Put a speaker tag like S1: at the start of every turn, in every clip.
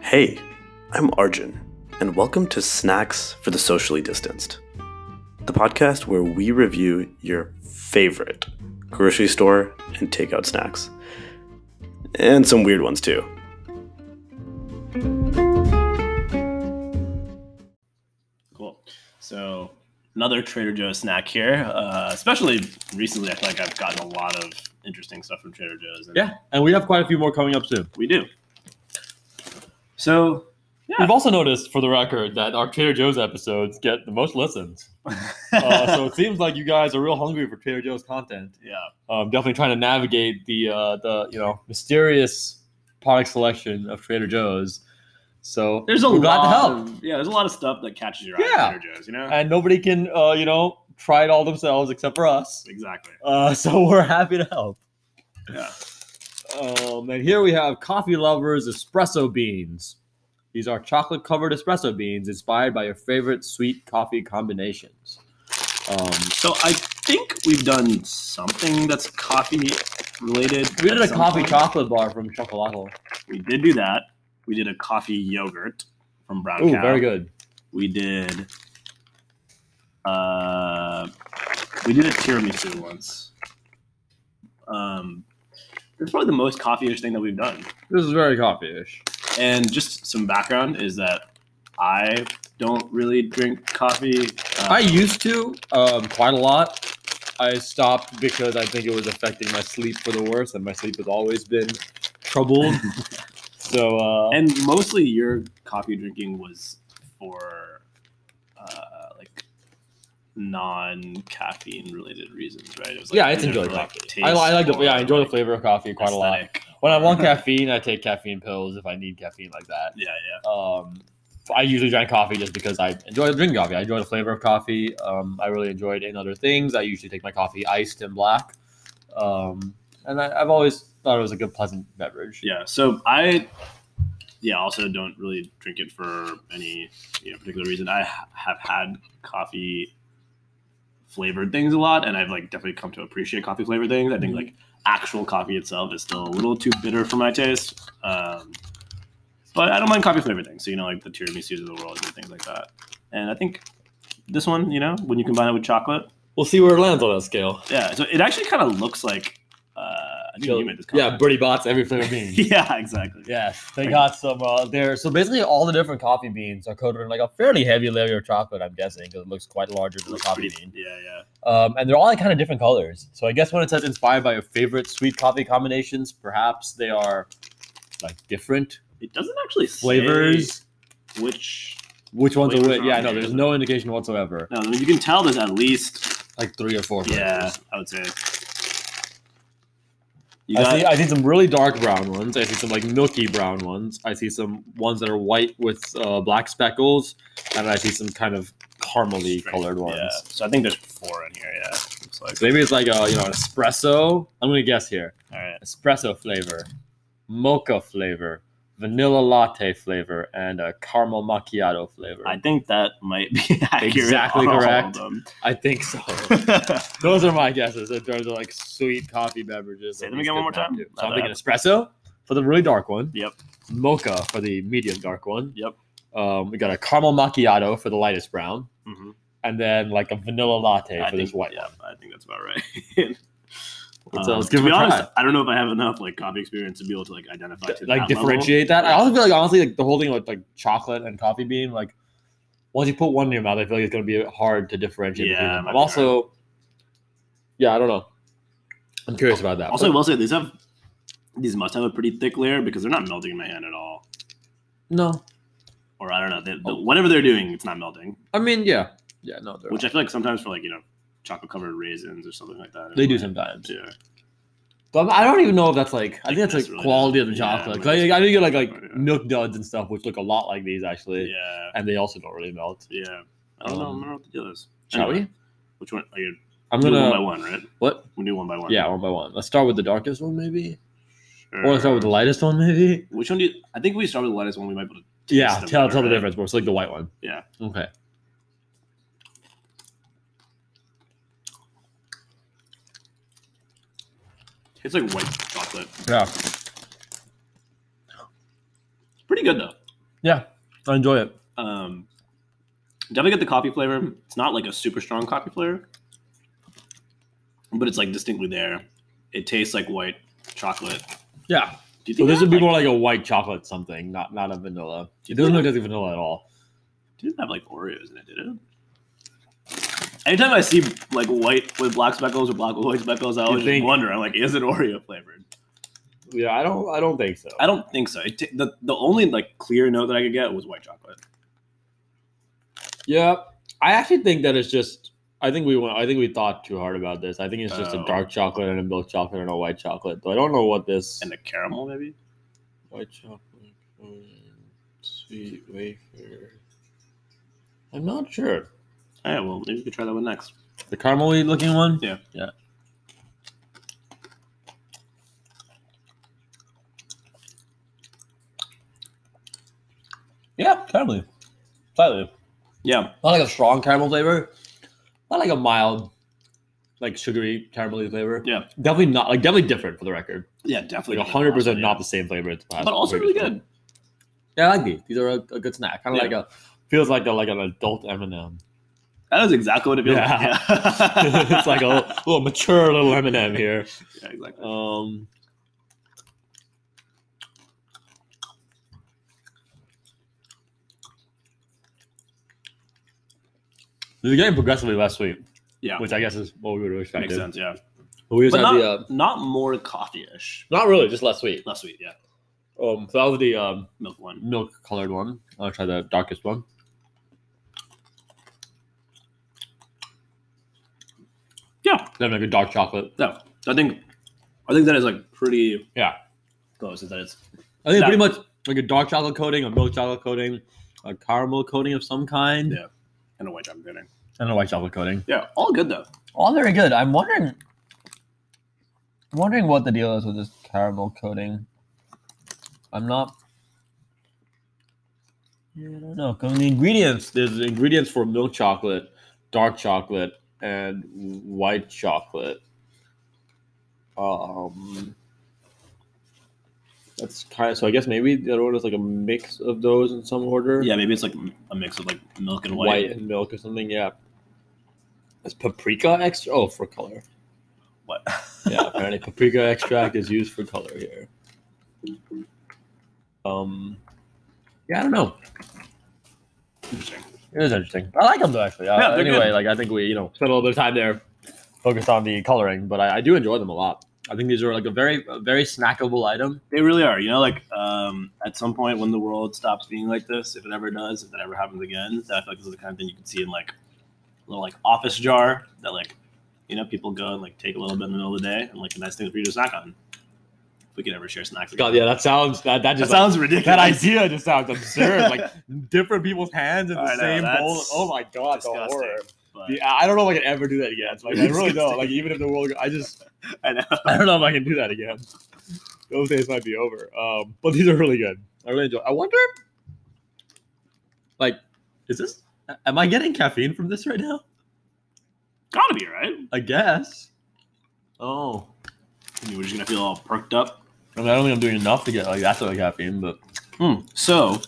S1: Hey, I'm Arjun, and welcome to Snacks for the Socially Distanced, the podcast where we review your favorite grocery store and takeout snacks, and some weird ones too.
S2: Cool. So another Trader Joe's snack here. Uh, especially recently, I feel like I've gotten a lot of interesting stuff from Trader Joe's. And
S3: Yeah, and we have quite a few more coming up soon.
S2: we do. So Yeah.
S3: We've also noticed, for the record, that our Trader Joe's episodes get the most listens. Uh, so it seems like you guys are real hungry for Trader Joe's content.
S2: yeah,
S3: Um, definitely trying to navigate the uh, the you know mysterious product selection of Trader Joe's. So
S2: there's a
S3: we're
S2: lot.
S3: glad to help,
S2: Of, yeah, there's a lot of stuff that catches your eye
S3: Yeah.
S2: at Trader Joe's. You know
S3: and nobody can uh, you know try it all themselves except for us.
S2: exactly.
S3: Uh, so we're happy to help.
S2: Yeah.
S3: Um, and here we have Coffee Lovers Espresso Beans. These are chocolate covered espresso beans inspired by your favorite sweet coffee combinations. Um,
S2: So I think we've done something that's coffee related.
S3: we did
S2: at
S3: a
S2: some
S3: coffee
S2: point.
S3: chocolate bar from Chocolato.
S2: We did do that. We did a coffee yogurt from Brown
S3: Ooh,
S2: Cow.
S3: very good.
S2: We did. Uh, we did a tiramisu once. Um, it's probably the most coffee-ish thing that we've done.
S3: This is very coffee-ish.
S2: And just some background is that I don't really drink coffee. Uh,
S3: I used to um, quite a lot. I stopped because I think it was affecting my sleep for the worse, and my sleep has always been troubled. so uh,
S2: and mostly your coffee drinking was for uh, like non-caffeine related reasons, right? It was like
S3: yeah, I
S2: either
S3: enjoy
S2: for,
S3: coffee.
S2: taste
S3: I, li- I like the
S2: or,
S3: yeah, I enjoy the
S2: like,
S3: flavor of coffee quite a lot.
S2: aesthetic.
S3: When I want caffeine, I take caffeine pills if I need caffeine like that.
S2: Yeah, yeah.
S3: Um, I usually drink coffee just because I enjoy drinking coffee. I enjoy the flavor of coffee. Um, I really enjoy it in other things. I usually take my coffee iced and black. Um, and I, I've always thought it was a good, pleasant beverage.
S2: Yeah. So I, yeah, also don't really drink it for any you know, particular reason. I ha- have had coffee flavored things a lot, and I've like definitely come to appreciate coffee flavored things. I think like actual coffee itself is still a little too bitter for my taste. Um, but I don't mind coffee flavored things. So you know, like the tiramisu of the world and things like that. And I think this one, you know, when you combine it with chocolate,
S3: We'll see where it lands on that scale.
S2: yeah. So it actually kind of looks like uh, I think you made this.
S3: yeah,
S2: Comment.
S3: Birdie Bots, every flavor bean.
S2: yeah, exactly.
S3: Yes, they got some uh, there. So basically, all the different coffee beans are coated in like a fairly heavy layer of chocolate. I'm guessing because it looks quite larger than the
S2: Looks
S3: coffee
S2: pretty-
S3: bean.
S2: Yeah, yeah.
S3: Um, and they're all in kind of different colors. So I guess when it says inspired by your favorite sweet coffee combinations, perhaps they are like different
S2: It doesn't actually say
S3: flavors.
S2: which.
S3: Which ones
S2: flavors
S3: are which?
S2: are
S3: Yeah,
S2: on
S3: no,
S2: here,
S3: there's
S2: isn't
S3: no indication whatsoever.
S2: No, I mean, you can tell there's at least
S3: Like three or four.
S2: yeah,
S3: flavors.
S2: I would say. You
S3: I see,
S2: got
S3: I see some really dark brown ones. I see some like milky brown ones. I see some ones that are white with uh, black speckles, and I see some kind of caramely colored ones.
S2: Yeah, so I think there's four in here. Yeah, looks like.
S3: So maybe it's like a you know an espresso. I'm gonna guess here.
S2: All right.
S3: Espresso flavor, mocha flavor, vanilla latte flavor, and a caramel macchiato flavor.
S2: I think that might be accurate
S3: Exactly
S2: on all of
S3: correct.
S2: them. Mm-hmm.
S3: I think so. Those are my guesses in terms of like sweet coffee beverages.
S2: Say
S3: that
S2: them
S3: these
S2: again one
S3: could
S2: more
S3: map
S2: time.
S3: to. So I'm thinking espresso for the really dark one.
S2: Yep.
S3: Mocha for the medium dark one.
S2: Yep.
S3: Um, we got a caramel macchiato for the lightest brown,
S2: hmm
S3: and then like a vanilla latte
S2: I
S3: for
S2: think
S3: this white
S2: yeah,
S3: one.
S2: I think that's about right.
S3: So let's
S2: Um,
S3: give
S2: to
S3: it
S2: be
S3: a try.
S2: honest, I don't know if I have enough like coffee experience to be able to like identify to
S3: like
S2: that
S3: differentiate that. I
S2: Yeah.
S3: also feel like honestly, like the whole thing with like chocolate and coffee bean, like once you put one in your mouth, I feel like it's gonna be hard to differentiate.
S2: Yeah,
S3: between
S2: it
S3: them.
S2: might
S3: I'm
S2: be
S3: also, yeah, I don't know. I'm curious about
S2: Level.
S3: that.
S2: Also, I
S3: But-
S2: will say these have these must have a pretty thick layer because they're not melting in my hand at all.
S3: no,
S2: or I don't know, they, the, whatever they're doing, it's not melting.
S3: I mean, yeah, yeah, no, they're
S2: Which I feel like sometimes for like you know, chocolate covered raisins or something like that.
S3: they
S2: it
S3: do
S2: might-
S3: sometimes.
S2: Yeah.
S3: But I don't even know if that's like. I think that's
S2: Thickness
S3: like
S2: really
S3: quality of the
S2: doesn't- yeah,
S3: chocolate. 'Cause
S2: might-
S3: I, I do get like like
S2: Yeah.
S3: milk duds and stuff, which look a lot like these actually,
S2: Yeah.
S3: and they also don't really melt.
S2: Yeah. I don't know. I don't know what the deal is.
S3: Shall
S2: Anyway,
S3: we?
S2: Which one? Are you
S3: I'm
S2: do one by
S3: gonna
S2: one, right?
S3: what?
S2: We do one by one.
S3: Yeah, one by one. Let's start with the darkest one, maybe,
S2: Sure.
S3: or let's start with the lightest one, maybe.
S2: Which one do you? I think we start with the lightest one. We might be able to.
S3: Yeah,
S2: them
S3: tell
S2: better,
S3: tell the
S2: right?
S3: difference. But it's like the white one.
S2: Yeah.
S3: Okay.
S2: It's like white chocolate.
S3: Yeah.
S2: It's pretty good though.
S3: Yeah, I enjoy it.
S2: Um, definitely get the coffee flavor. It's not like a super strong coffee flavor, but it's like distinctly there. It tastes like white chocolate.
S3: Yeah.
S2: Do you
S3: So
S2: think
S3: this
S2: that,
S3: would be
S2: like,
S3: more like a white chocolate something, not not a vanilla. It doesn't look like vanilla at all.
S2: didn't have like Oreos in it, did it? Anytime I see like white with black speckles or black with white speckles, I always
S3: think-
S2: just wonder. I'm like, is it Oreo flavored?
S3: Yeah, I don't I don't think so.
S2: I don't think so. It t- the the only like clear note that I could get was white chocolate.
S3: Yeah, I actually think that it's just. I think we went. I think we thought too hard about this. I think it's just
S2: Oh.
S3: a dark chocolate and a milk chocolate and a white chocolate. But I don't know what this
S2: and the caramel maybe.
S3: white chocolate cone, sweet wafer. I'm not sure.
S2: All right, well, maybe we could try that one next.
S3: The caramelly looking one.
S2: Yeah.
S3: yeah. Yeah, caramelly, slightly.
S2: Yeah,
S3: not like a strong caramel flavor, not like a mild, like sugary caramelly flavor.
S2: Yeah.
S3: definitely not like definitely different for the record.
S2: yeah,
S3: Like
S2: definitely.
S3: hundred percent not the same flavor. As the past
S2: but also really
S3: previous one.
S2: good.
S3: Yeah, I like these. These are a, a good snack. Kind of
S2: Yeah.
S3: like a feels like a like an adult M and m
S2: That is exactly what it feels
S3: Yeah.
S2: like. Yeah.
S3: It's like a little, little mature little M and m here.
S2: yeah, exactly.
S3: Um. They're getting progressively less sweet,
S2: Yeah,
S3: which I guess is what we would have
S2: makes
S3: expected.
S2: sense. Yeah,
S3: But we just
S2: but
S3: had
S2: not,
S3: the uh,
S2: not more coffee-ish.
S3: not really, just less sweet.
S2: Not sweet. Yeah,
S3: Um, so that was the um,
S2: milk one.
S3: milk colored one. I'll try the darkest one.
S2: Yeah.
S3: Then like a dark chocolate.
S2: No, I think I think that is like pretty.
S3: Yeah.
S2: close. Is that it's
S3: I think
S2: That-
S3: pretty much like a dark chocolate coating, a milk chocolate coating, a caramel coating of some kind,
S2: Yeah. and a white chocolate pudding.
S3: and a white chocolate coating.
S2: Yeah, all good though.
S3: All Oh, very good. I'm wondering, wondering what the deal is with this caramel coating. I'm not. Yeah, I don't know. 'Cause the ingredients there's ingredients for milk chocolate, dark chocolate, and white chocolate. Um, that's kind of so. I guess maybe the other one is like a mix of those in some order
S2: Yeah, maybe it's like m- a mix of like milk and
S3: white.
S2: white.
S3: and milk or something. Yeah. Is paprika extra? Oh, for color.
S2: What?
S3: Yeah, apparently paprika extract is used for color here. Um. Yeah, I don't know.
S2: Interesting.
S3: It is interesting. I like them though, actually. Uh,
S2: Yeah, they're
S3: anyway,
S2: good.
S3: like I think we, you know, spent a little bit of time there, focused on the coloring, but I, I do enjoy them a lot. I think these are like a very, a very snackable item.
S2: They really are. You know, like um, at some point when the world stops being like this, if it ever does, if that ever happens again, that I feel like this is the kind of thing you can see in like a little like office jar that like you know people go and like take a little bit in the middle of the day and like a nice thing for you to snack on. If we could ever share snacks.
S3: God,
S2: Again.
S3: yeah, that sounds that that
S2: that
S3: just like,
S2: sounds ridiculous.
S3: that idea just sounds absurd. like different people's hands in the
S2: I know,
S3: same bowl.
S2: that's
S3: Oh my god, the
S2: disgusting.
S3: horror.
S2: But
S3: Yeah, I don't know if I can ever do that again. Like I really don't. Like even if the world, I just
S2: I know.
S3: I don't know if I can do that again. Those days might be over. Um, but these are really good. I really enjoy. I wonder, like, is this? Am I getting caffeine from this right now?
S2: Gotta be right.
S3: I guess. Oh,
S2: I mean, we're just gonna feel all perked up.
S3: I, mean, I don't think I'm doing enough to get like that sort of caffeine, but
S2: Hmm. So,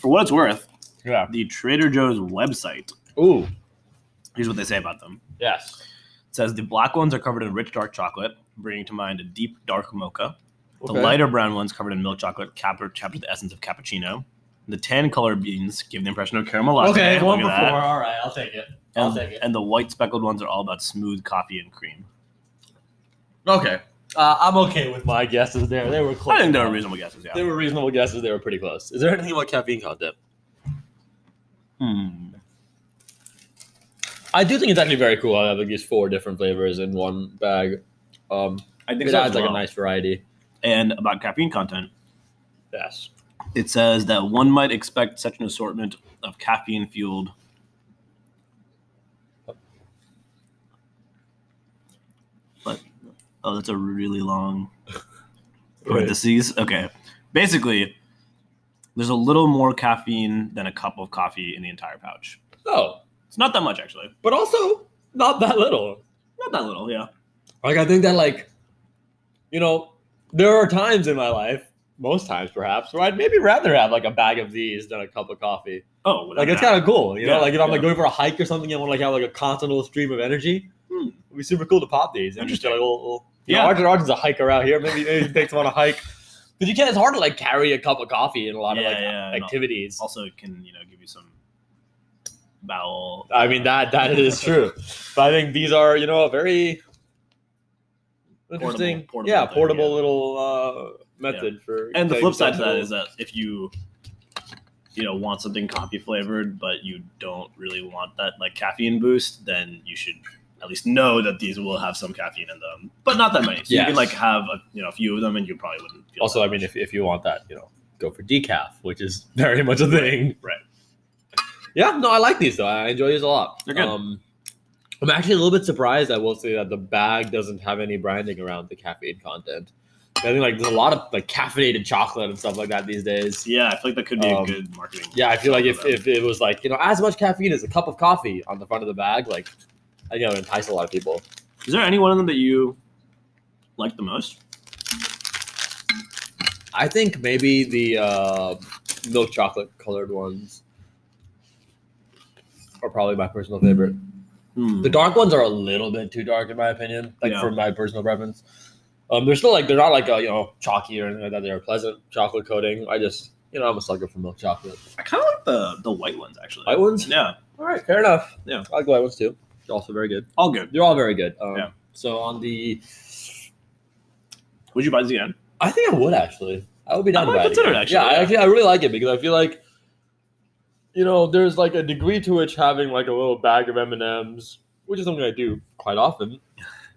S2: for what it's worth,
S3: yeah.
S2: the Trader Joe's website.
S3: Ooh,
S2: Here's what they say about them.
S3: yes.
S2: It says the black ones are covered in rich dark chocolate, bringing to mind a deep dark mocha. The
S3: Okay.
S2: lighter brown ones covered in milk chocolate cap- capture the essence of cappuccino. The tan colored beans give the impression of caramel latte.
S3: Okay, one
S2: Look
S3: for four.
S2: at that.
S3: All right, I'll take it. I'll
S2: And,
S3: take it.
S2: and the white speckled ones are all about smooth coffee and cream.
S3: Okay, uh, I'm okay with my guesses there. They were close.
S2: I think they were
S3: enough.
S2: reasonable guesses. Yeah.
S3: They were reasonable guesses. They were pretty close. Is there anything about caffeine content?
S2: Hmm.
S3: I do think it's actually very cool. I have like these four different flavors in one bag. Um,
S2: I think
S3: it
S2: so. as
S3: adds like a
S2: well.
S3: nice variety.
S2: And about caffeine content,
S3: Yes.
S2: it says that one might expect such an assortment of caffeine fueled. But oh, that's a really long parentheses. Okay. Basically, there's a little more caffeine than a cup of coffee in the entire pouch.
S3: Oh,
S2: It's not that much, actually.
S3: but also not that little.
S2: Not that little, yeah.
S3: Like I think that like, you know, there are times in my life most times, perhaps, where I'd maybe rather have like a bag of these than a cup of coffee.
S2: Oh, without
S3: Like it's
S2: a doubt.
S3: kind of cool, you know.
S2: Yeah,
S3: like if I'm like
S2: yeah.
S3: going for a hike or something, I want to like have like a constant stream of energy.
S2: Hmm.
S3: It'd be super cool to pop these. And just get, like, a little, little- you know,
S2: Yeah.
S3: Arjun Arjun's a hiker out here. Maybe, maybe he takes him on a hike, but you can't. It's hard to like carry a cup of coffee in a lot
S2: Yeah,
S3: of like
S2: yeah, and
S3: activities.
S2: also it can you know give you some bowel.
S3: I mean that that is true. but I think these are, you know, a very interesting,
S2: portable
S3: yeah,
S2: thing,
S3: portable
S2: yeah.
S3: little uh, method for.
S2: And the
S3: taking
S2: flip side to
S3: stuff
S2: that is that if you you know want something coffee flavored, but you don't really want that like caffeine boost, then you should at least know that these will have some caffeine in them, but not that many. So you
S3: Yes.
S2: can like have a, you know a few of them, and you probably wouldn't. Feel
S3: also, I mean, if if you want that, you know, go for decaf, which is very much a thing.
S2: Right.
S3: Yeah, no, I like these though. I enjoy these a lot.
S2: They're good.
S3: Um, I'm actually a little bit surprised. I will say that the bag doesn't have any branding around the caffeine content. I think like there's a lot of like caffeinated chocolate and stuff like that these days.
S2: yeah, I feel like that could be
S3: Um,
S2: a good marketing.
S3: Yeah, I feel like if,
S2: for them.
S3: if it was like, you know, as much caffeine as a cup of coffee on the front of the bag, like, I think that would entice a lot of people.
S2: is there any one of them that you like the most?
S3: I think maybe the uh, milk chocolate colored ones are probably my personal favorite.
S2: Hmm.
S3: The dark ones are a little bit too dark, in my opinion, like
S2: Yeah.
S3: for my personal preference. Um, they're still like, they're not like, a, you know, chalky or anything like that. They're a pleasant chocolate coating. I just, you know, I'm a sucker for milk chocolate.
S2: I kind of like the the white ones actually.
S3: White ones?
S2: Yeah,
S3: All right, fair enough.
S2: Yeah.
S3: I like the white ones too. They're also very good.
S2: all good.
S3: They're all very good. Um,
S2: Yeah.
S3: So on the
S2: Would you buy these again?
S3: I think I would actually. I would be down
S2: I
S3: to
S2: might
S3: buy it
S2: consider it,
S3: again.
S2: actually,
S3: Yeah, I
S2: yeah.
S3: actually I really like it because I feel like you know there's like a degree to which having like a little bag of M and M's, which is something I do quite often.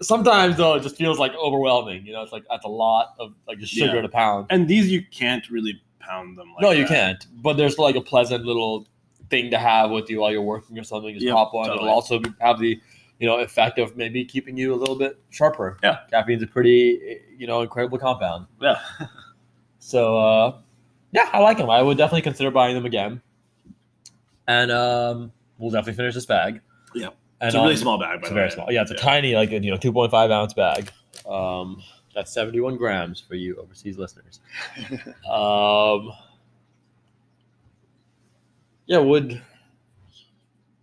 S3: Sometimes though, it just feels like overwhelming. You know, it's like that's a lot of like just sugar
S2: Yeah.
S3: in a pound.
S2: And these you can't really pound them. like
S3: no, you
S2: that.
S3: can't. But there's like a pleasant little thing to have with you while you're working or something. Just
S2: Yep,
S3: pop one.
S2: totally.
S3: It'll also be- have the you know effect of maybe keeping you a little bit sharper.
S2: Yeah.
S3: caffeine's a pretty you know incredible compound.
S2: Yeah.
S3: So uh, yeah, I like them. I would definitely consider buying them again. And um, we'll definitely finish this bag.
S2: Yeah.
S3: and
S2: it's a really
S3: on-
S2: small bag. By
S3: It's
S2: the
S3: very
S2: way.
S3: small. Yeah, it's a tiny, like you know, two point five ounce bag. Um, that's seventy one grams for you overseas listeners. um, yeah, would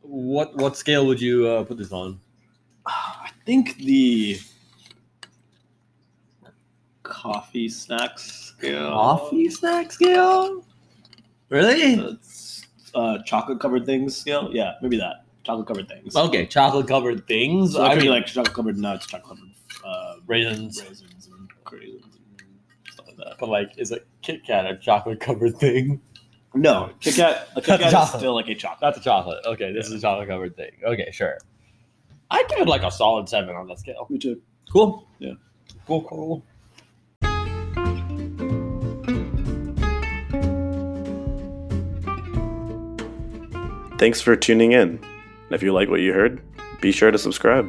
S3: what what scale would you uh, put this on?
S2: I think the coffee snacks. scale-
S3: snack scale? Really?
S2: That's, Uh, chocolate covered things scale. Yeah, maybe that chocolate covered things.
S3: Okay, chocolate covered things.
S2: so that
S3: I
S2: could be
S3: mean,
S2: like chocolate covered nuts, chocolate covered uh,
S3: raisins.
S2: raisins and raisins and stuff like that.
S3: But like, is a Kit Kat a chocolate covered thing?
S2: No, Kit Kat. A Kit
S3: That's
S2: Kat is
S3: chocolate.
S2: still like a chocolate.
S3: Not the chocolate. Okay, this is a chocolate covered thing. Okay, sure. I'd give it like a solid seven on that scale.
S2: Me too.
S3: Cool.
S2: Yeah.
S3: Cool. Cool.
S1: Thanks for tuning in. And if you like what you heard, be sure to subscribe.